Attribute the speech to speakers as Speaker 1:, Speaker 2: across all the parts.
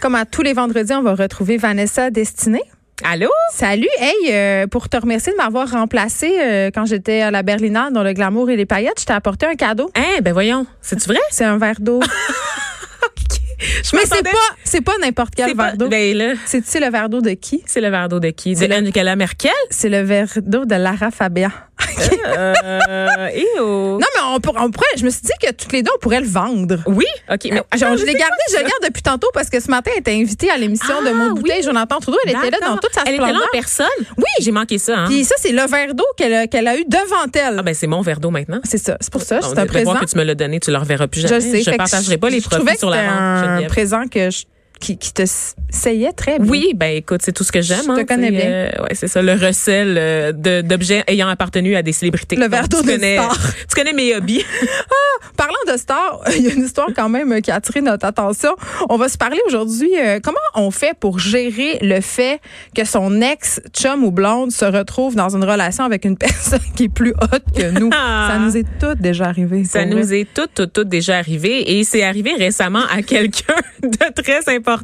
Speaker 1: Comme à tous les vendredis, on va retrouver Vanessa Destinée.
Speaker 2: Allô?
Speaker 1: Salut, hey, euh, pour te remercier de m'avoir remplacée euh, quand j'étais à la Berlinale dans le glamour et les paillettes, je t'ai apporté un cadeau.
Speaker 2: Hein, ben voyons, c'est-tu vrai?
Speaker 1: C'est un verre d'eau.
Speaker 2: Je
Speaker 1: Mais c'est
Speaker 2: m'attendais-
Speaker 1: pas, c'est pas n'importe
Speaker 2: C'est
Speaker 1: quel
Speaker 2: pas-
Speaker 1: verre d'eau.
Speaker 2: Ben là,
Speaker 1: C'est tu sais, le verre d'eau de qui
Speaker 2: c'est le verre d'eau de qui? De Angela Merkel?
Speaker 1: C'est le verre d'eau de Lara Fabian.
Speaker 2: euh, eh oh.
Speaker 1: Non, mais on, pour- on pourrait. Je me suis dit que toutes les deux on pourrait le vendre.
Speaker 2: Oui? OK. Mais,
Speaker 1: Je, Ah, je l'ai gardé, je le garde depuis tantôt parce que ce matin, elle était invitée à l'émission de
Speaker 2: Ah,
Speaker 1: Mon Bouteille. Jonathan Trudeau, elle était là dans
Speaker 2: D'accord.
Speaker 1: toute sa
Speaker 2: Elle était là
Speaker 1: splendeur.
Speaker 2: en personne? Oui. J'ai manqué ça, hein?
Speaker 1: Puis ça, c'est le verre d'eau qu'elle a, qu'elle a eu devant elle.
Speaker 2: Ah ben c'est mon verre d'eau maintenant.
Speaker 1: C'est ça, c'est pour ça,
Speaker 2: On
Speaker 1: c'est
Speaker 2: devrait
Speaker 1: un présent.
Speaker 2: voir que tu me l'as donné, tu le reverras plus
Speaker 1: Je
Speaker 2: jamais.
Speaker 1: le sais.
Speaker 2: Je
Speaker 1: Fait que
Speaker 2: partagerais pas les
Speaker 1: je trouvais
Speaker 2: profits
Speaker 1: que
Speaker 2: sur la
Speaker 1: c'était
Speaker 2: vente.
Speaker 1: un
Speaker 2: Geneviève.
Speaker 1: présent que je- qui, qui te s- saillait très bien.
Speaker 2: Oui, ben écoute, c'est tout ce que j'aime.
Speaker 1: Je te
Speaker 2: hein,
Speaker 1: connais
Speaker 2: c'est,
Speaker 1: bien.
Speaker 2: euh, ouais, c'est ça, le recel euh, de- d'objets ayant appartenu à des célébrités.
Speaker 1: Le verre
Speaker 2: Donc, tu
Speaker 1: d'eau de
Speaker 2: connais-
Speaker 1: star.
Speaker 2: Tu connais mes hobbies.
Speaker 1: Parlant de stars, il y a une histoire quand même euh, qui a attiré notre attention. On va se parler aujourd'hui euh, comment on fait pour gérer le fait que son ex chum ou blonde se retrouve dans une relation avec une personne qui est plus haute que nous.
Speaker 2: Ah.
Speaker 1: Ça nous est toutes déjà arrivé.
Speaker 2: Ça
Speaker 1: pour vrai.
Speaker 2: nous est tout, tout, tout déjà arrivé et c'est arrivé récemment à quelqu'un de très important.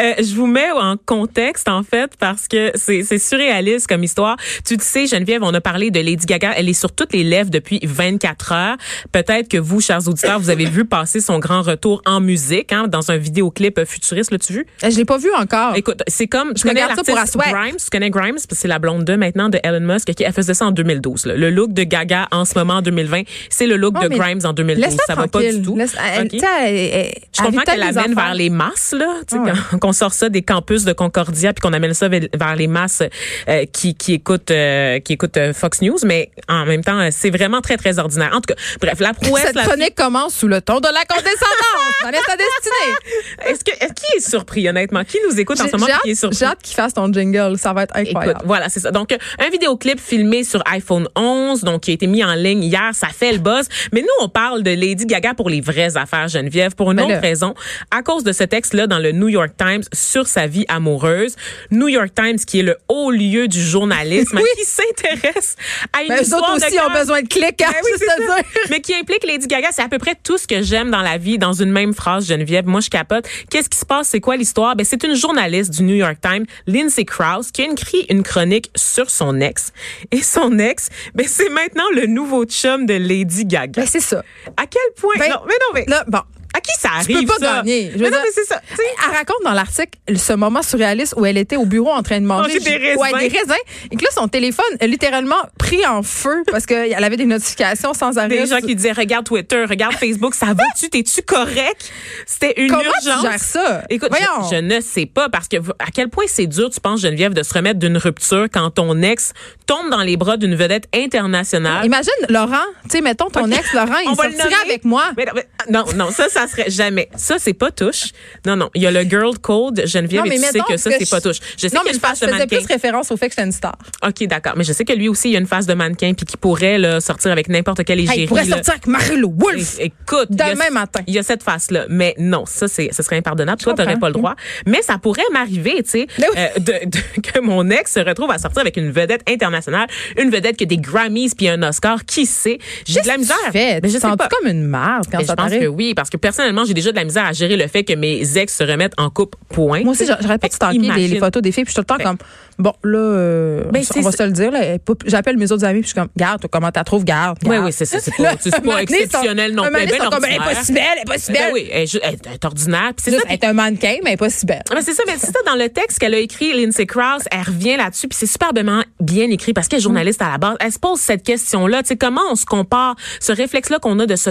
Speaker 2: Euh, je vous mets en contexte en fait parce que c'est c'est surréaliste comme histoire. Tu le sais, Geneviève, on a parlé de Lady Gaga. Elle est sur toutes les lèvres depuis 24 heures. Peut-être que vous, chers auditeurs, vous avez vu passer son grand retour en musique hein, dans un vidéoclip futuriste. L'as-tu vu?
Speaker 1: Eh, Je l'ai pas vu encore.
Speaker 2: Écoute, c'est comme tu
Speaker 1: me
Speaker 2: connais
Speaker 1: garde ça pour
Speaker 2: l'artiste
Speaker 1: à souhait.
Speaker 2: Grimes, tu connais Grimes parce que c'est la blonde 2 maintenant de Elon Musk qui elle faisait ça en 2012. là. Le look de Gaga en ce moment en 2020, c'est le look
Speaker 1: Oh,
Speaker 2: de
Speaker 1: mais
Speaker 2: Grimes en 2012,
Speaker 1: Laisse-la
Speaker 2: ça va pas
Speaker 1: tranquille.
Speaker 2: du tout.
Speaker 1: Laisse- elle-
Speaker 2: Ok.
Speaker 1: tu sais, elle- elle-
Speaker 2: Je
Speaker 1: elle
Speaker 2: comprends
Speaker 1: vit telle
Speaker 2: qu'elle
Speaker 1: des
Speaker 2: amène
Speaker 1: enfants.
Speaker 2: vers les masses, là, tu sais,
Speaker 1: Ah ouais.
Speaker 2: quand- qu'on sort ça des campus de Concordia, puis qu'on amène ça ve- vers les masses euh, qui, qui écoutent, euh, qui écoutent euh, Fox News, mais en même temps, euh, c'est vraiment très, très ordinaire. En tout cas, bref, la prouesse...
Speaker 1: Cette
Speaker 2: la-
Speaker 1: chronique commence sous le ton de la condescendance. Vanessa sa destinée.
Speaker 2: Est-ce que, est-ce- qui est surpris, honnêtement? Qui nous écoute en
Speaker 1: J'ai
Speaker 2: ce moment
Speaker 1: j'ai
Speaker 2: qui est
Speaker 1: hâte,
Speaker 2: surpris?
Speaker 1: j'ai hâte qu'il fasse ton jingle. Ça va être
Speaker 2: Écoute,
Speaker 1: incroyable.
Speaker 2: voilà, c'est ça. Donc, euh, un vidéoclip filmé sur iPhone 11, donc qui a été mis en ligne hier, ça fait le buzz. Mais nous, on parle de Lady Gaga pour les vraies affaires, Geneviève, pour une
Speaker 1: Ben
Speaker 2: autre
Speaker 1: là.
Speaker 2: raison. À cause de ce texte-là dans le New York Times sur sa vie amoureuse. New York Times, qui est le haut lieu du journalisme,
Speaker 1: Oui.
Speaker 2: qui s'intéresse à une
Speaker 1: Mais eux
Speaker 2: histoire
Speaker 1: autres
Speaker 2: de
Speaker 1: aussi ont
Speaker 2: cœur.
Speaker 1: besoin de clics, hein,
Speaker 2: Ben oui,
Speaker 1: je
Speaker 2: c'est
Speaker 1: te
Speaker 2: ça.
Speaker 1: dis.
Speaker 2: Mais qui implique Lady Gaga, c'est à peu près tout ce que j'aime dans la vie dans une même phrase, Geneviève. Moi, je capote. Qu'est-ce qui se passe? C'est quoi l'histoire? Ben, c'est une journaliste du New York Times, Lindsay Krause, qui a écrit une chronique sur son ex. Et son ex, ben, c'est maintenant le nouveau chum de Lady Gaga.
Speaker 1: Ben, c'est ça.
Speaker 2: à quel point?
Speaker 1: ben,
Speaker 2: non, mais non, mais.
Speaker 1: Là, bon.
Speaker 2: à qui ça
Speaker 1: Tu
Speaker 2: arrive?
Speaker 1: peux pas
Speaker 2: ça?
Speaker 1: gagner. Je veux
Speaker 2: Mais non,
Speaker 1: dire-
Speaker 2: mais c'est ça. Tu sais,
Speaker 1: Elle raconte dans l'article ce moment surréaliste où elle était au bureau en train de manger
Speaker 2: Manger des raisins.
Speaker 1: Ouais, des raisins. Et que là, son téléphone a littéralement pris en feu parce qu'elle avait des notifications sans arrêt.
Speaker 2: Des gens qui disaient regarde Twitter, regarde Facebook, ça va-tu, t'es-tu correct C'était une
Speaker 1: Comment tu
Speaker 2: urgence.
Speaker 1: gères ça?
Speaker 2: Écoute,
Speaker 1: Euh, Voyons.
Speaker 2: je, je ne sais pas parce que v- à quel point c'est dur, tu penses Geneviève, de se remettre d'une rupture quand ton ex tombe dans les bras d'une vedette internationale.
Speaker 1: Imagine Laurent, tu sais, mettons ton ex Laurent, il
Speaker 2: On va le
Speaker 1: sortirait
Speaker 2: nommer.
Speaker 1: avec moi.
Speaker 2: Mais non, mais- non, non, ça, ça serait jamais. Ça, c'est pas touche. Non, non, il y a le girl code, Geneviève,
Speaker 1: Non,
Speaker 2: et
Speaker 1: mais
Speaker 2: tu sais
Speaker 1: mettons
Speaker 2: que ça,
Speaker 1: que
Speaker 2: c'est
Speaker 1: je-
Speaker 2: pas touche.
Speaker 1: non,
Speaker 2: Je sais qu'il y a
Speaker 1: mais
Speaker 2: une
Speaker 1: je,
Speaker 2: face
Speaker 1: pense-
Speaker 2: de
Speaker 1: je faisais
Speaker 2: mannequin.
Speaker 1: plus référence au fait que j'étais une star.
Speaker 2: OK, d'accord. Mais je sais que lui aussi, il a une face de mannequin puis qu'il pourrait là, sortir avec n'importe quelle
Speaker 1: Hey,
Speaker 2: égérie.
Speaker 1: il pourrait
Speaker 2: là.
Speaker 1: sortir avec Marie-Lou Wolfe.
Speaker 2: É- Écoute, il y a-
Speaker 1: Demain matin.
Speaker 2: Il y a cette face-là, mais non, ça c'est ce serait impardonnable. Toi,
Speaker 1: comprends.
Speaker 2: t'aurais pas le droit, mais ça pourrait m'arriver, tu sais,
Speaker 1: Mais Ben oui.
Speaker 2: euh, de- de- que mon ex se retrouve à sortir avec une vedette internationale, une vedette qui a des Grammys puis un Oscar, qui sait J'ai de la misère.
Speaker 1: Tu fais,
Speaker 2: Mais je
Speaker 1: tu
Speaker 2: sais
Speaker 1: sens
Speaker 2: pas.
Speaker 1: comme une merde quand
Speaker 2: Mais je
Speaker 1: ça
Speaker 2: pense que
Speaker 1: t'arrive.
Speaker 2: oui, parce que personnellement, j'ai déjà de la misère à gérer le fait que mes ex se remettent en couple. Point.
Speaker 1: Moi aussi, j'a- j'arrête pas de stalker les, les
Speaker 2: Imagine.
Speaker 1: photos des filles, puis je suis tout le temps comme, bon, là, euh,
Speaker 2: Ben,
Speaker 1: on-
Speaker 2: c'est
Speaker 1: on va
Speaker 2: ça.
Speaker 1: se le dire, là, elle est pas- j'appelle mes autres amis, puis je suis comme, garde, toi, comment t'as trouves, garde.
Speaker 2: Oui,
Speaker 1: garde.
Speaker 2: oui, c'est ça. C'est pas, c'est
Speaker 1: Un moment
Speaker 2: pas
Speaker 1: donné, ils sont-
Speaker 2: exceptionnel non
Speaker 1: un
Speaker 2: plus.
Speaker 1: moment donné,
Speaker 2: Elle est Ben
Speaker 1: ils sont comme, elle est pas si belle, elle est pas si belle.
Speaker 2: Oui, elle est ju- elle est ordinaire. Puis c'est
Speaker 1: Juste,
Speaker 2: ça,
Speaker 1: elle est un mannequin, mais elle est pas si belle.
Speaker 2: Ah, mais c'est ça, mais c'est ça dans le texte qu'elle a écrit, Lindsay Krause, elle revient là-dessus, puis c'est superbement bien écrit parce qu'elle est journaliste à la base. Elle se pose cette question-là, tu sais, comment on se compare, ce réflexe-là qu'on a de se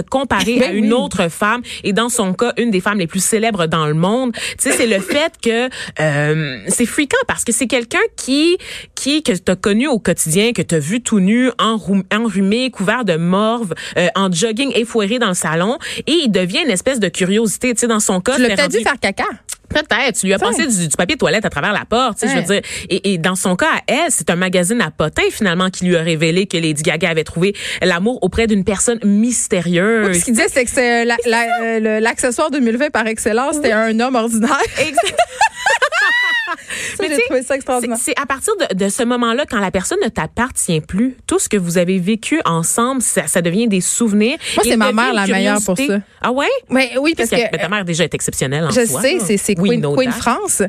Speaker 2: comparer
Speaker 1: Ben
Speaker 2: à
Speaker 1: oui.
Speaker 2: une autre femme, et dans son cas, une des femmes les plus célèbres dans le monde. Tu sais, c'est le fait que euh, c'est fréquent parce que c'est quelqu'un qui, qui que t'as connu au quotidien, que t'as vu tout nu, enrou- enrhumé, couvert de morve, euh, en jogging effoiré dans le salon, et il devient une espèce de curiosité, tu sais, dans son cas.
Speaker 1: Tu l'as
Speaker 2: c'est
Speaker 1: peut-être
Speaker 2: rendu-
Speaker 1: dû faire caca.
Speaker 2: Peut-être. Tu lui as
Speaker 1: T'sais.
Speaker 2: passé du, du papier de toilette à travers la porte. tu sais, Je veux
Speaker 1: Ouais.
Speaker 2: dire, et, et dans son cas, à elle, c'est un magazine à potins, finalement, qui lui a révélé que Lady Gaga avait trouvé l'amour auprès d'une personne mystérieuse.
Speaker 1: Ce qu'il disait, c'est que c'est, euh, la- la- euh, le- l'accessoire 2020 par excellence, c'était un homme ordinaire.
Speaker 2: Exact.
Speaker 1: Ça, j'ai trouvé ça extraordinaire.
Speaker 2: C'est c'est à partir de, de ce moment-là, quand la personne ne t'appartient plus, tout ce que vous avez vécu ensemble, ça, ça devient des souvenirs.
Speaker 1: Moi,
Speaker 2: Et
Speaker 1: c'est ma
Speaker 2: devient
Speaker 1: mère
Speaker 2: une
Speaker 1: la meilleure pour
Speaker 2: curiosité. Ah ouais?
Speaker 1: Mais oui, parce
Speaker 2: Parce que,
Speaker 1: que
Speaker 2: mais ta mère déjà est exceptionnelle en
Speaker 1: Je
Speaker 2: soi,
Speaker 1: sais,
Speaker 2: là.
Speaker 1: c'est c'est
Speaker 2: We
Speaker 1: Queen,
Speaker 2: know
Speaker 1: Queen
Speaker 2: that.
Speaker 1: France. Euh,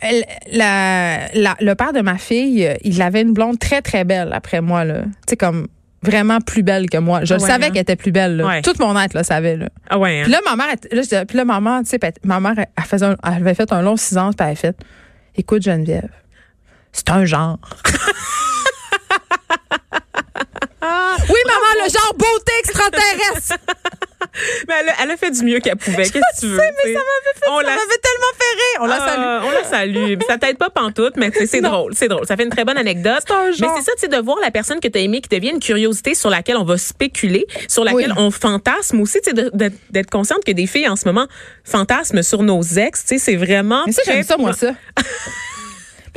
Speaker 1: elle- la- la- le père de ma fille, euh, il avait une blonde très très belle après moi là. Tu sais comme vraiment plus belle que moi. Je le
Speaker 2: Ouais,
Speaker 1: savais
Speaker 2: hein.
Speaker 1: qu'elle était plus belle. là.
Speaker 2: Ouais.
Speaker 1: Tout mon être le savait. Là.
Speaker 2: Ah ouais. hein?
Speaker 1: Puis là ma mère, elle- là, je disais- puis là, maman, tu sais, puis elle- ma mère, elle, elle faisait un- elle avait fait un long silence, puis elle a fait, écoute Geneviève, c'est un genre. oui maman, le genre beauté extraterrestre.
Speaker 2: Mais elle, a- elle a fait du mieux qu'elle pouvait. Qu'est-ce que tu veux? tu sais? on
Speaker 1: Ça
Speaker 2: la
Speaker 1: m'avait tellement fait rire. On la salue.
Speaker 2: Ah, on la salue. Ça t'aide pas pantoute, mais tu sais, c'est drôle, c'est drôle. Ça fait une très bonne anecdote.
Speaker 1: C'est un
Speaker 2: Mais
Speaker 1: genre.
Speaker 2: c'est ça, tu sais, de voir la personne que t'as aimée qui devient une curiosité sur laquelle on va spéculer, sur laquelle
Speaker 1: Oui.
Speaker 2: on fantasme aussi, tu sais, de- de- d'être consciente que des filles en ce moment fantasment sur nos ex, tu sais, c'est vraiment.
Speaker 1: Mais ça,
Speaker 2: très-
Speaker 1: j'aime ça, moi, ça.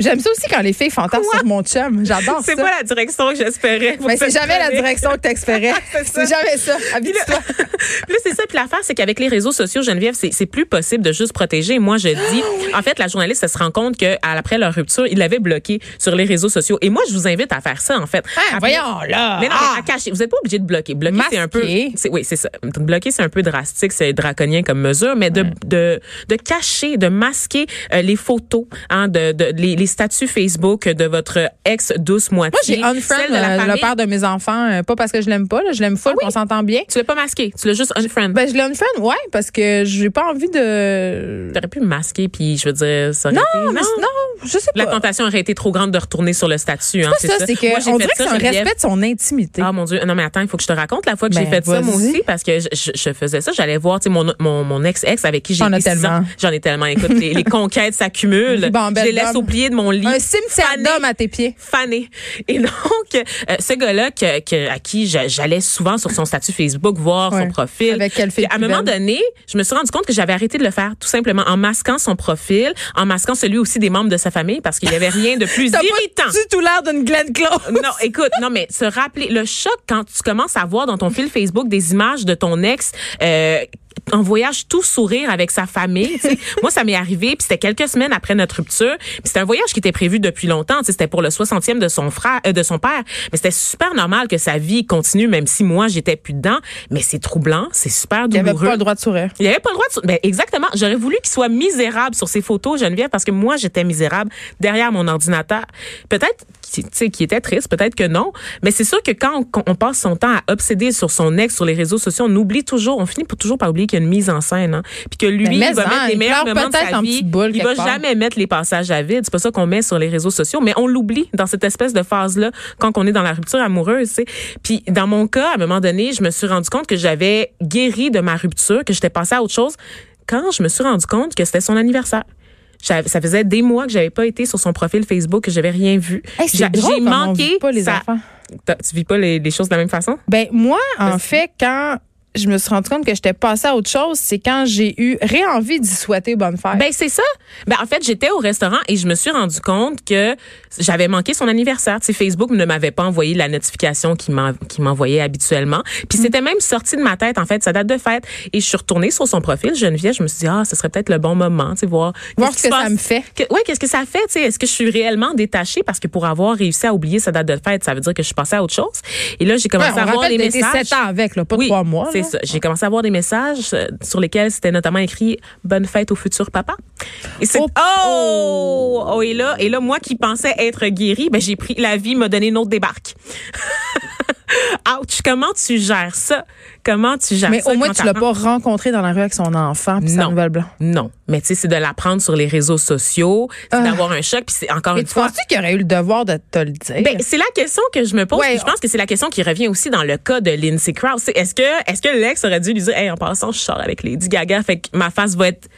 Speaker 1: j'aime ça aussi quand les filles fantasment sur mon chum. J'adore ça.
Speaker 2: C'est pas la direction que j'espérais. pour
Speaker 1: Mais c'est
Speaker 2: cette
Speaker 1: jamais la
Speaker 2: chronique.
Speaker 1: direction que t'espérais.
Speaker 2: C'est ça.
Speaker 1: c'est jamais ça.
Speaker 2: Puis là-
Speaker 1: Habitue-toi. Hein,
Speaker 2: Puis là, c'est ça. Puis l'affaire, c'est qu'avec les réseaux sociaux, Geneviève, c'est c'est plus possible de juste protéger. Moi, je dis,
Speaker 1: Ah
Speaker 2: en fait, la journaliste, elle se rend compte que à- après leur rupture, ils l'avaient bloqué sur les réseaux sociaux. Et moi, je vous invite à faire ça, en fait.
Speaker 1: Hein,
Speaker 2: À-
Speaker 1: voyons, là.
Speaker 2: Mais non,
Speaker 1: Ah.
Speaker 2: mais à cacher. Vous n'êtes pas obligé de bloquer. Bloquer, c'est un peu.
Speaker 1: Masquer.
Speaker 2: c'est- Oui, c'est ça. Bloquer, c'est un peu drastique, c'est draconien comme mesure, mais de, de, de cacher, de masquer euh, les photos, hein, de, de- les, les statuts Facebook de votre ex douce
Speaker 1: Moi,
Speaker 2: moitié.
Speaker 1: j'ai unfriend
Speaker 2: celle de la
Speaker 1: euh, le
Speaker 2: famille.
Speaker 1: père de mes enfants. euh, Pas parce que je l'aime pas, là, je l'aime full,
Speaker 2: Ah oui?
Speaker 1: on s'entend bien.
Speaker 2: Tu l'as pas masqué, tu l'as juste unfriend.
Speaker 1: Ben, je l'ai unfriend, ouais, parce que j'ai pas envie de.
Speaker 2: T'aurais pu me masquer, puis je veux dire, ça aurait
Speaker 1: Non,
Speaker 2: été-
Speaker 1: mais c'est- non, je sais
Speaker 2: Ah, La
Speaker 1: pas.
Speaker 2: tentation aurait été trop grande de retourner sur le statut. Hein,
Speaker 1: Pas ça, c'est que
Speaker 2: Moi, j'ai
Speaker 1: on
Speaker 2: fait
Speaker 1: dirait que c'est
Speaker 2: ça,
Speaker 1: un
Speaker 2: Geneviève.
Speaker 1: respect de son intimité.
Speaker 2: Ah mon Dieu, non mais attends, il faut que je te raconte la fois que j'ai
Speaker 1: Ben,
Speaker 2: fait ça moi
Speaker 1: vas-y.
Speaker 2: aussi parce que je, je- je faisais ça, j'allais voir tu sais, mon, mon, mon ex-ex avec qui j'ai
Speaker 1: T'en as
Speaker 2: été six
Speaker 1: tellement.
Speaker 2: ans. J'en ai tellement, écoute, les, les conquêtes s'accumulent,
Speaker 1: Bon,
Speaker 2: je
Speaker 1: belle
Speaker 2: les laisse
Speaker 1: dame.
Speaker 2: oublier de mon lit.
Speaker 1: Un cimetière
Speaker 2: Fané.
Speaker 1: d'hommes à tes pieds.
Speaker 2: fané. Et donc, euh, ce gars-là que, que- à qui j'a- j'allais souvent sur son statut Facebook voir
Speaker 1: Ouais.
Speaker 2: son profil.
Speaker 1: Avec quelle fille
Speaker 2: Puis, À un
Speaker 1: plus
Speaker 2: moment
Speaker 1: belle?
Speaker 2: donné, je me suis rendu compte que j'avais arrêté de le faire, tout simplement, en masquant son profil, en masquant celui aussi des membres de sa famille, parce qu'il n'y avait rien de plus
Speaker 1: T'as pas
Speaker 2: irritant.
Speaker 1: du tout l'air d'une Glenn Close.
Speaker 2: Non, écoute, non, mais se rappeler le choc quand tu commences à voir dans ton fil Facebook des images de ton ex. Euh, en voyage tout sourire avec sa famille. tu sais. Moi, ça m'est arrivé, puis c'était quelques semaines après notre rupture. Puis c'était un voyage qui était prévu depuis longtemps. tu sais, C'était pour le 60e de son frère, euh, de son père. Mais c'était super normal que sa vie continue, même si moi j'étais plus dedans. Mais c'est troublant, c'est super
Speaker 1: Il
Speaker 2: douloureux.
Speaker 1: avait pas le droit de sourire.
Speaker 2: Il avait pas le droit de. Ben, exactement. J'aurais voulu qu'il soit misérable sur ses photos, Geneviève, parce que moi, j'étais misérable derrière mon ordinateur. Peut-être, qu'il- tu sais, qu'il était triste, peut-être que non. Mais c'est sûr que quand on, qu'on- on passe son temps à obséder sur son ex, sur les réseaux sociaux, on oublie toujours, on finit pour- toujours par oublier qu'il y a une mise en scène, hein. Puis que lui,
Speaker 1: Ben, mais
Speaker 2: il va
Speaker 1: en,
Speaker 2: mettre les
Speaker 1: il
Speaker 2: meilleurs
Speaker 1: pleure
Speaker 2: moments de
Speaker 1: peut-être
Speaker 2: sa
Speaker 1: en
Speaker 2: vie.
Speaker 1: petite boule
Speaker 2: il va
Speaker 1: quelque part.
Speaker 2: jamais mettre les passages à vide. C'est pas ça qu'on met sur les réseaux sociaux, mais on l'oublie dans cette espèce de phase-là quand on est dans la rupture amoureuse, tu sais. Puis dans mon cas, à un moment donné, je me suis rendu compte que j'avais guéri de ma rupture, que j'étais passée à autre chose quand je me suis rendu compte que c'était son anniversaire. J'avais- Ça faisait des mois que j'avais pas été sur son profil Facebook, que j'avais rien vu.
Speaker 1: Hey, c'est
Speaker 2: J'a-
Speaker 1: drôle
Speaker 2: J'ai
Speaker 1: comment on
Speaker 2: manqué.
Speaker 1: vit pas les
Speaker 2: ça-
Speaker 1: enfants.
Speaker 2: T'as- Tu vis pas les, les choses de la même façon?
Speaker 1: Ben moi, en fait, quand je me suis rendu compte que j'étais passée à autre chose, c'est quand j'ai eu ré-envie d'y souhaiter bonne fête.
Speaker 2: Ben c'est ça. Ben en fait, j'étais au restaurant et je me suis rendu compte que j'avais manqué son anniversaire. Tu sais, Facebook ne m'avait pas envoyé la notification qu'il m'en- qu'il m'envoyait habituellement.
Speaker 1: Mm.
Speaker 2: Puis c'était même sorti de ma tête en fait, sa date de fête et je suis retournée sur son profil Geneviève, je me suis dit ah, ce serait peut-être le bon moment, tu sais voir
Speaker 1: Voir ce
Speaker 2: qu'est-ce qui
Speaker 1: que
Speaker 2: se
Speaker 1: ça
Speaker 2: passe.
Speaker 1: me fait.
Speaker 2: Que- ouais, qu'est-ce que ça fait, tu sais, est-ce que je suis réellement détachée parce que pour avoir réussi à oublier sa date de fête, ça veut dire que je suis passée à autre chose. Et là, j'ai
Speaker 1: Ouais,
Speaker 2: commencé
Speaker 1: on
Speaker 2: à voir
Speaker 1: rappelle
Speaker 2: les
Speaker 1: que t'as été
Speaker 2: messages
Speaker 1: sept ans avec, là, pas
Speaker 2: oui,
Speaker 1: trois mois.
Speaker 2: C'est
Speaker 1: là.
Speaker 2: ça. J'ai commencé à avoir des messages euh, sur lesquels c'était notamment écrit Bonne fête au futur papa. Et c'est
Speaker 1: Oh!
Speaker 2: oh, Oh, et là et là moi qui pensais être guérie, ben j'ai pris la vie m'a donné une autre débarque. Ouch, comment tu gères ça Comment tu gères
Speaker 1: Mais
Speaker 2: ça
Speaker 1: au moins,
Speaker 2: quand
Speaker 1: tu l'as
Speaker 2: t'apprends-
Speaker 1: pas rencontré dans la rue avec son enfant puis sa
Speaker 2: Non.
Speaker 1: nouvelle blanche.
Speaker 2: Non, mais tu sais c'est de l'apprendre sur les réseaux sociaux, c'est d'avoir un choc puis c'est encore
Speaker 1: Ah. Et
Speaker 2: une
Speaker 1: tu
Speaker 2: fois
Speaker 1: penses-tu qu'il aurait eu le devoir de te le dire?
Speaker 2: Ben, c'est la question que je me pose.
Speaker 1: Ouais.
Speaker 2: puis Je pense que c'est la question qui revient aussi dans le cas de Lindsay Krause. C'est, Est-ce que, est-ce que l'ex aurait dû lui dire, hey, en passant, je sors avec Lady Gaga, fait que ma face va être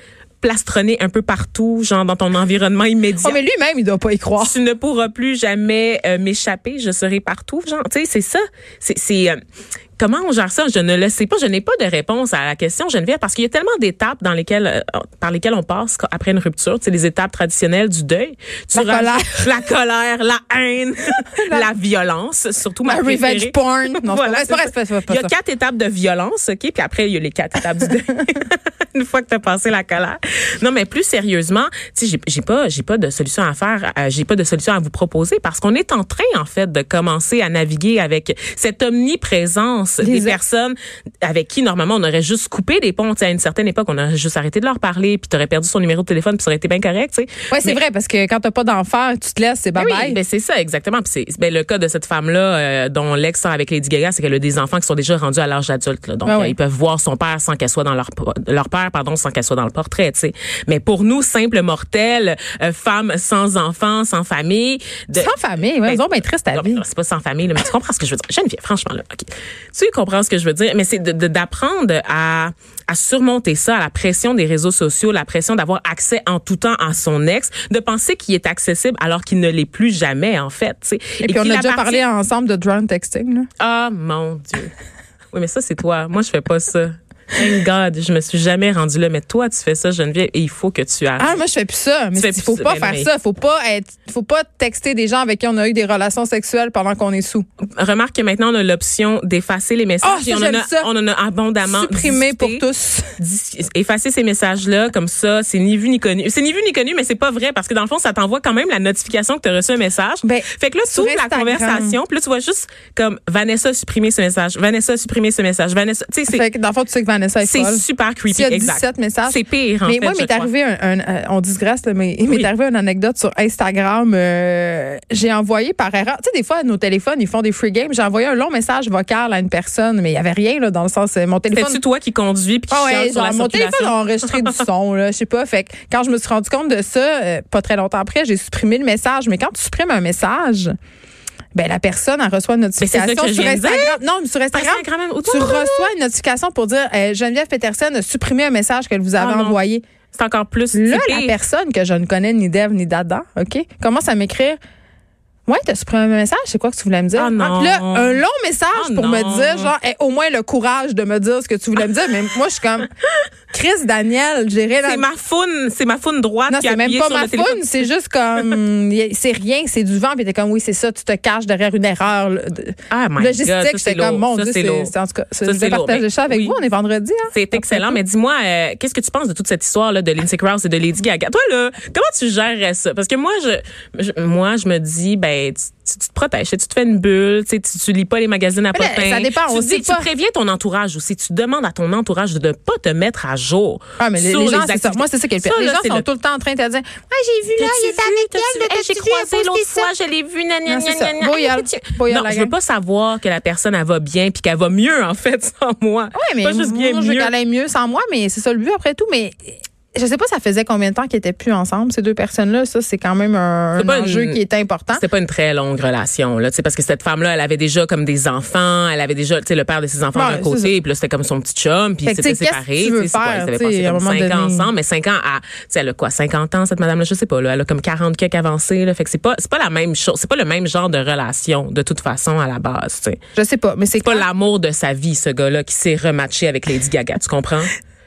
Speaker 2: plastronnée un peu partout, genre dans ton environnement immédiat.
Speaker 1: oh, mais lui-même, il doit pas y croire.
Speaker 2: Tu ne pourras plus jamais euh, m'échapper, je serai partout, genre. Tu sais, c'est ça. C'est, c'est, euh, Comment on gère ça? Je ne le sais pas. Je n'ai pas de réponse à la question, Geneviève, parce qu'il y a tellement d'étapes dans lesquelles, euh, par lesquelles on passe après une rupture. C'est les étapes traditionnelles du deuil. Tu
Speaker 1: La
Speaker 2: rajoutes
Speaker 1: colère.
Speaker 2: La colère, la haine, la, violence, surtout ma
Speaker 1: La revenge
Speaker 2: préférée.
Speaker 1: porn. Non, c'est
Speaker 2: Voilà,
Speaker 1: pas- c'est pas,
Speaker 2: c'est
Speaker 1: c'est pas- c'est pas
Speaker 2: Il y a
Speaker 1: ça.
Speaker 2: quatre étapes de violence, OK? Puis après, il y a les quatre étapes du deuil. Une fois que tu as passé la colère. Non, mais plus sérieusement, tu sais, j'ai- j'ai pas, j'ai pas de solution à faire, euh, j'ai pas de solution à vous proposer parce qu'on est en train, en fait, de commencer à naviguer avec cette omniprésence
Speaker 1: Les
Speaker 2: des
Speaker 1: ex.
Speaker 2: personnes avec qui, normalement, on aurait juste coupé des ponts. Tu sais, à une certaine époque, on aurait juste arrêté de leur parler, puis t'aurais perdu son numéro de téléphone, puis ça aurait été bien correct, tu sais.
Speaker 1: Ouais, c'est
Speaker 2: Mais-
Speaker 1: vrai, parce que quand t'as pas d'enfant, tu te laisses, c'est
Speaker 2: ben
Speaker 1: bye
Speaker 2: oui, ben c'est ça exactement. Puis c'est ben le cas de cette femme là dont l'ex sort avec Lady Gaga, c'est qu'elle a des enfants qui sont déjà rendus à l'âge adulte. là. Donc
Speaker 1: Ah
Speaker 2: euh,
Speaker 1: oui.
Speaker 2: ils peuvent voir son père sans qu'elle soit dans leur po- leur père pardon sans qu'elle soit dans le portrait. tu sais. Mais pour nous simples mortels, euh, femmes sans enfants, sans famille, de-
Speaker 1: Sans famille, ouais,
Speaker 2: Ben,
Speaker 1: ils ont bien triste à
Speaker 2: non,
Speaker 1: vie.
Speaker 2: mais c'est pas sans famille, là, mais tu comprends ce que je veux dire. Geneviève, franchement, là, OK. Tu comprends ce que je veux dire, mais c'est de- de- d'apprendre à, à surmonter ça, à la pression des réseaux sociaux, la pression d'avoir accès en tout temps à son ex, de penser qu'il est accessible alors qu'il ne l'est plus jamais, en fait. tu sais.
Speaker 1: Et puis on
Speaker 2: qu'il
Speaker 1: a déjà
Speaker 2: appartient-
Speaker 1: parlé ensemble de drone texting. Là.
Speaker 2: Ah, mon Dieu. Oui, mais ça, c'est toi. Moi, je fais pas ça. Thank God, je me suis jamais rendue là, mais toi, tu fais ça, Geneviève, et il faut que tu arrêtes.
Speaker 1: Ah, moi, je fais plus ça. Mais
Speaker 2: fais
Speaker 1: il
Speaker 2: plus
Speaker 1: faut
Speaker 2: ça,
Speaker 1: pas
Speaker 2: ben
Speaker 1: faire
Speaker 2: oui.
Speaker 1: ça. Faut pas être, faut pas texter des gens avec qui on a eu des relations sexuelles pendant qu'on est sous.
Speaker 2: Remarque que maintenant, on a l'option d'effacer les messages.
Speaker 1: Ah, ça,
Speaker 2: et on, en
Speaker 1: j'aime
Speaker 2: a,
Speaker 1: ça.
Speaker 2: on en a abondamment
Speaker 1: Supprimer pour
Speaker 2: discuté.
Speaker 1: tous.
Speaker 2: dis- effacer ces messages-là comme ça, c'est ni vu ni connu. C'est ni vu ni connu, mais c'est pas vrai parce que dans le fond, ça t'envoie quand même la notification que tu as reçu un message.
Speaker 1: Ben,
Speaker 2: fait que là, tu
Speaker 1: sur
Speaker 2: ouvres la
Speaker 1: Instagram.
Speaker 2: conversation, puis là, tu vois juste comme Vanessa supprimer ce message, Vanessa supprimer ce message, Vanessa. Tu sais, c'est-
Speaker 1: Fait que dans le fond, tu sais que Vanessa est
Speaker 2: c'est
Speaker 1: folle.
Speaker 2: super creepy.
Speaker 1: S'il y a
Speaker 2: exact.
Speaker 1: 17 messages.
Speaker 2: C'est pire, en
Speaker 1: mais
Speaker 2: fait.
Speaker 1: moi,
Speaker 2: je
Speaker 1: m'est
Speaker 2: crois.
Speaker 1: arrivé un, un- euh, on digresse, là, mais il m'est
Speaker 2: Oui.
Speaker 1: arrivé une anecdote sur Instagram. euh, j'ai envoyé par erreur. Tu sais, des fois, nos téléphones, ils font des free games. J'ai envoyé un long message vocal à une personne, mais il y avait rien, là, dans le sens, euh, mon téléphone.
Speaker 2: C'est-tu toi qui conduis puis qui
Speaker 1: Ah ouais,
Speaker 2: chiale sur la
Speaker 1: genre, mon
Speaker 2: circulation?
Speaker 1: téléphone a enregistré du son, là, je sais pas. Fait que quand je me suis rendu compte de ça, euh, pas très longtemps après, j'ai supprimé le message. Mais quand tu supprimes un message, ben la personne elle reçoit une
Speaker 2: c'est ça
Speaker 1: notification
Speaker 2: que je
Speaker 1: sur
Speaker 2: viens de dire. Ah,
Speaker 1: Instagram. Non, mais sur Instagram,
Speaker 2: Instagram, même.
Speaker 1: tu reçois une notification pour dire euh, Geneviève Peterson a supprimé un message qu'elle vous avait
Speaker 2: Ah non.
Speaker 1: envoyé.
Speaker 2: C'est encore plus.
Speaker 1: Là,
Speaker 2: c'est
Speaker 1: la
Speaker 2: pire.
Speaker 1: personne que je ne connais ni d'Ève ni d'Adam, OK, commence à m'écrire Ouais, t'as supprimé un message, c'est quoi que tu voulais me dire?
Speaker 2: Ah,
Speaker 1: Ah, puis là,
Speaker 2: non.
Speaker 1: un long message
Speaker 2: Ah,
Speaker 1: pour me
Speaker 2: non.
Speaker 1: dire, genre, Hey, au moins le courage de me dire ce que tu voulais me dire. Mais moi, je suis comme, Chris Daniel, j'ai rien à
Speaker 2: C'est ma foune, c'est ma foune droite
Speaker 1: Non,
Speaker 2: qui a
Speaker 1: c'est même
Speaker 2: appuyé
Speaker 1: pas
Speaker 2: sur
Speaker 1: ma
Speaker 2: le téléphone.
Speaker 1: faune, c'est juste comme, y a- c'est rien, c'est du vent. Puis t'es comme, oui, c'est ça, tu te caches derrière une erreur là, de-
Speaker 2: Ah, my God, ça,
Speaker 1: logistique.
Speaker 2: c'est
Speaker 1: J'étais comme,
Speaker 2: lourd.
Speaker 1: mon
Speaker 2: Ça,
Speaker 1: Dieu,
Speaker 2: c'est
Speaker 1: c'est,
Speaker 2: lourd.
Speaker 1: c'est- en tout cas,
Speaker 2: Ça,
Speaker 1: je
Speaker 2: c'est
Speaker 1: vais
Speaker 2: lourd.
Speaker 1: partager
Speaker 2: Mais-
Speaker 1: ça avec
Speaker 2: oui.
Speaker 1: vous, on est vendredi. Hein?
Speaker 2: C'est excellent, mais dis-moi, euh, qu'est-ce que tu penses de toute cette histoire là de Lindsay Krause et de Lady Gaga Toi là, comment tu gérerais ça Parce que moi, je, je- moi, je me dis, ben, tu, tu- tu te protèges, tu te fais une bulle, tu, sais, tu, tu lis pas les magazines à
Speaker 1: Mais là,
Speaker 2: potins.
Speaker 1: ça dépend,
Speaker 2: Tu
Speaker 1: on
Speaker 2: dis-
Speaker 1: sait
Speaker 2: tu
Speaker 1: pas.
Speaker 2: préviens ton entourage aussi. Tu demandes à ton entourage de ne pas te mettre à jour.
Speaker 1: Ah, mais les,
Speaker 2: sur
Speaker 1: les gens, c'est ça.
Speaker 2: activités.
Speaker 1: Moi, c'est ça qui est le pire.
Speaker 2: Ça,
Speaker 1: Les
Speaker 2: là,
Speaker 1: gens
Speaker 2: c'est
Speaker 1: sont
Speaker 2: le-
Speaker 1: tout le temps en train de te dire Ouais, j'ai vu, là,
Speaker 2: T'as-tu
Speaker 1: il
Speaker 2: vu?
Speaker 1: était avec
Speaker 2: T'as-tu vu?
Speaker 1: elle, mais
Speaker 2: Hey,
Speaker 1: t'as-tu
Speaker 2: J'ai
Speaker 1: vu, elle
Speaker 2: croisé
Speaker 1: a posté
Speaker 2: l'autre
Speaker 1: ça?
Speaker 2: fois, je l'ai vu, gna, gna,
Speaker 1: Non,
Speaker 2: gna,
Speaker 1: c'est ça.
Speaker 2: gna, gna.
Speaker 1: Voyelle. Voyelle,
Speaker 2: Non,
Speaker 1: la
Speaker 2: je
Speaker 1: gang.
Speaker 2: veux pas savoir que la personne, elle va bien puis qu'elle va mieux, en fait, sans moi.
Speaker 1: Ouais, mais
Speaker 2: pas juste bien
Speaker 1: moi, je veux
Speaker 2: mieux.
Speaker 1: qu'elle aille mieux sans moi, mais c'est ça le but après tout. Mais je sais pas, ça faisait combien de temps qu'ils étaient plus ensemble, ces deux personnes-là. Ça, c'est quand même un,
Speaker 2: C'est
Speaker 1: un
Speaker 2: pas une-
Speaker 1: enjeu qui est important.
Speaker 2: C'était pas une très longue relation là, tu sais parce que cette femme là, elle avait déjà comme des enfants, elle avait déjà tu sais le père de ses enfants
Speaker 1: Ouais,
Speaker 2: d'un
Speaker 1: c'est
Speaker 2: côté, puis là c'était comme son petit chum, puis
Speaker 1: Fait
Speaker 2: ils
Speaker 1: que,
Speaker 2: s'étaient
Speaker 1: tu sais, qu'est-ce que tu
Speaker 2: séparés,
Speaker 1: veux
Speaker 2: tu sais, c'est quoi,
Speaker 1: faire,
Speaker 2: ils avaient
Speaker 1: tu sais,
Speaker 2: passé
Speaker 1: à un
Speaker 2: comme
Speaker 1: moment
Speaker 2: 5 ans
Speaker 1: donné.
Speaker 2: ensemble, mais 5 ans à tu sais elle a quoi 50 ans cette madame là, je sais pas là, elle a comme 40 quelques avancés là, fait que c'est pas c'est pas la même chose, c'est pas le même genre de relation de toute façon à la base, tu sais.
Speaker 1: Je sais pas, mais c'est
Speaker 2: C'est pas
Speaker 1: quand-
Speaker 2: l'amour de sa vie ce gars-là qui s'est rematché avec Lady Gaga, tu comprends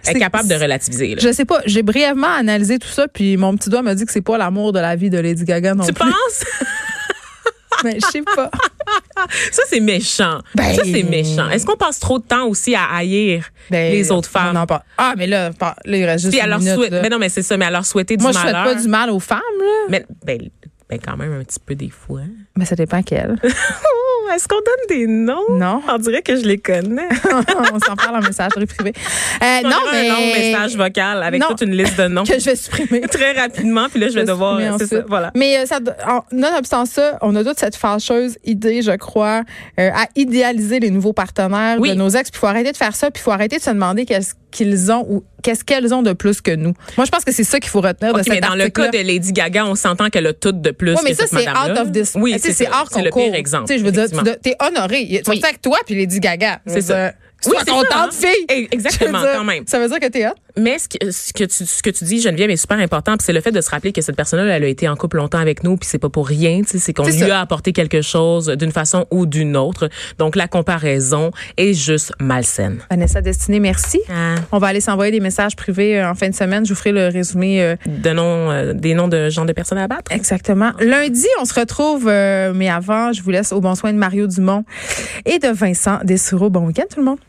Speaker 2: Elle
Speaker 1: C'est-
Speaker 2: est capable de relativiser là.
Speaker 1: Je sais pas, j'ai brièvement analysé tout ça, puis mon petit doigt m'a dit que c'est pas l'amour de la vie de Lady Gaga non
Speaker 2: Tu
Speaker 1: plus.
Speaker 2: penses
Speaker 1: Mais je sais pas.
Speaker 2: Ça, c'est méchant.
Speaker 1: Ben-
Speaker 2: ça, c'est méchant. Est-ce qu'on passe trop de temps aussi à haïr
Speaker 1: Ben,
Speaker 2: les autres femmes?
Speaker 1: on en parle. Ah, mais là, par- là, il reste juste
Speaker 2: Puis à
Speaker 1: une
Speaker 2: leur
Speaker 1: minute,
Speaker 2: souhait-
Speaker 1: là.
Speaker 2: mais non, mais c'est ça, mais à leur souhaiter du
Speaker 1: Moi, je souhaite
Speaker 2: malheur.
Speaker 1: pas du mal aux femmes, là.
Speaker 2: Mais ben, ben, quand même un petit peu des fois. hein.
Speaker 1: Mais ça dépend qu'elles.
Speaker 2: Oh, est-ce qu'on donne des noms?
Speaker 1: Non.
Speaker 2: On dirait que je les connais.
Speaker 1: on s'en parle en messagerie privée. Euh, non,
Speaker 2: un
Speaker 1: mais.
Speaker 2: long message vocal avec
Speaker 1: Non.
Speaker 2: toute une liste de noms
Speaker 1: Que je vais supprimer.
Speaker 2: très rapidement, puis là je vais
Speaker 1: Je vais
Speaker 2: devoir
Speaker 1: supprimer
Speaker 2: c'est ça,
Speaker 1: ensuite.
Speaker 2: voilà.
Speaker 1: Mais euh, ça, do- en- nonobstant ça, on a toute cette fâcheuse idée, je crois, euh, à idéaliser les nouveaux partenaires
Speaker 2: Oui.
Speaker 1: de nos ex. Puis il faut arrêter de faire ça. Puis il faut arrêter de se demander qu'est-ce qu'ils ont ou qu'est-ce qu'elles ont de plus que nous. Moi, je pense que c'est ça qu'il faut retenir
Speaker 2: OK,
Speaker 1: de
Speaker 2: mais
Speaker 1: cet
Speaker 2: dans le cas
Speaker 1: article-là.
Speaker 2: de Lady Gaga, on s'entend qu'elle a tout de plus
Speaker 1: Ouais, mais
Speaker 2: que
Speaker 1: ça,
Speaker 2: cette
Speaker 1: c'est
Speaker 2: madame-là.
Speaker 1: out of this.
Speaker 2: Oui,
Speaker 1: Tu sais,
Speaker 2: c'est
Speaker 1: c'est
Speaker 2: ça.
Speaker 1: hors
Speaker 2: C'est
Speaker 1: concours.
Speaker 2: le pire exemple.
Speaker 1: Tu sais, je veux dire, tu
Speaker 2: effectivement.
Speaker 1: dois- t'es honoré. Tu
Speaker 2: Oui.
Speaker 1: sortais avec toi puis Lady Gaga. Je veux
Speaker 2: C'est ça.
Speaker 1: dire, Sois
Speaker 2: Oui, c'est ça,
Speaker 1: contente,
Speaker 2: hein.
Speaker 1: fille.
Speaker 2: Eh, exactement,
Speaker 1: Je veux dire,
Speaker 2: quand même.
Speaker 1: Ça veut dire que t'es hot.
Speaker 2: mais ce que, ce que tu ce que tu dis Geneviève est super important puis c'est le fait de se rappeler que cette personne là elle a été en couple longtemps avec nous puis c'est pas pour rien, tu sais, c'est qu'on
Speaker 1: C'est
Speaker 2: lui
Speaker 1: ça.
Speaker 2: a apporté quelque chose d'une façon ou d'une autre. Donc la comparaison est juste malsaine.
Speaker 1: Vanessa Destinée, merci. On va aller s'envoyer des messages privés euh, en fin de semaine. Je vous ferai le résumé euh,
Speaker 2: De noms, euh, des noms de gens de personnes à battre.
Speaker 1: exactement. Lundi, on se retrouve, euh, mais avant, je vous laisse au bon soin de Mario Dumont et de Vincent Dessureau. Bon week-end tout le monde.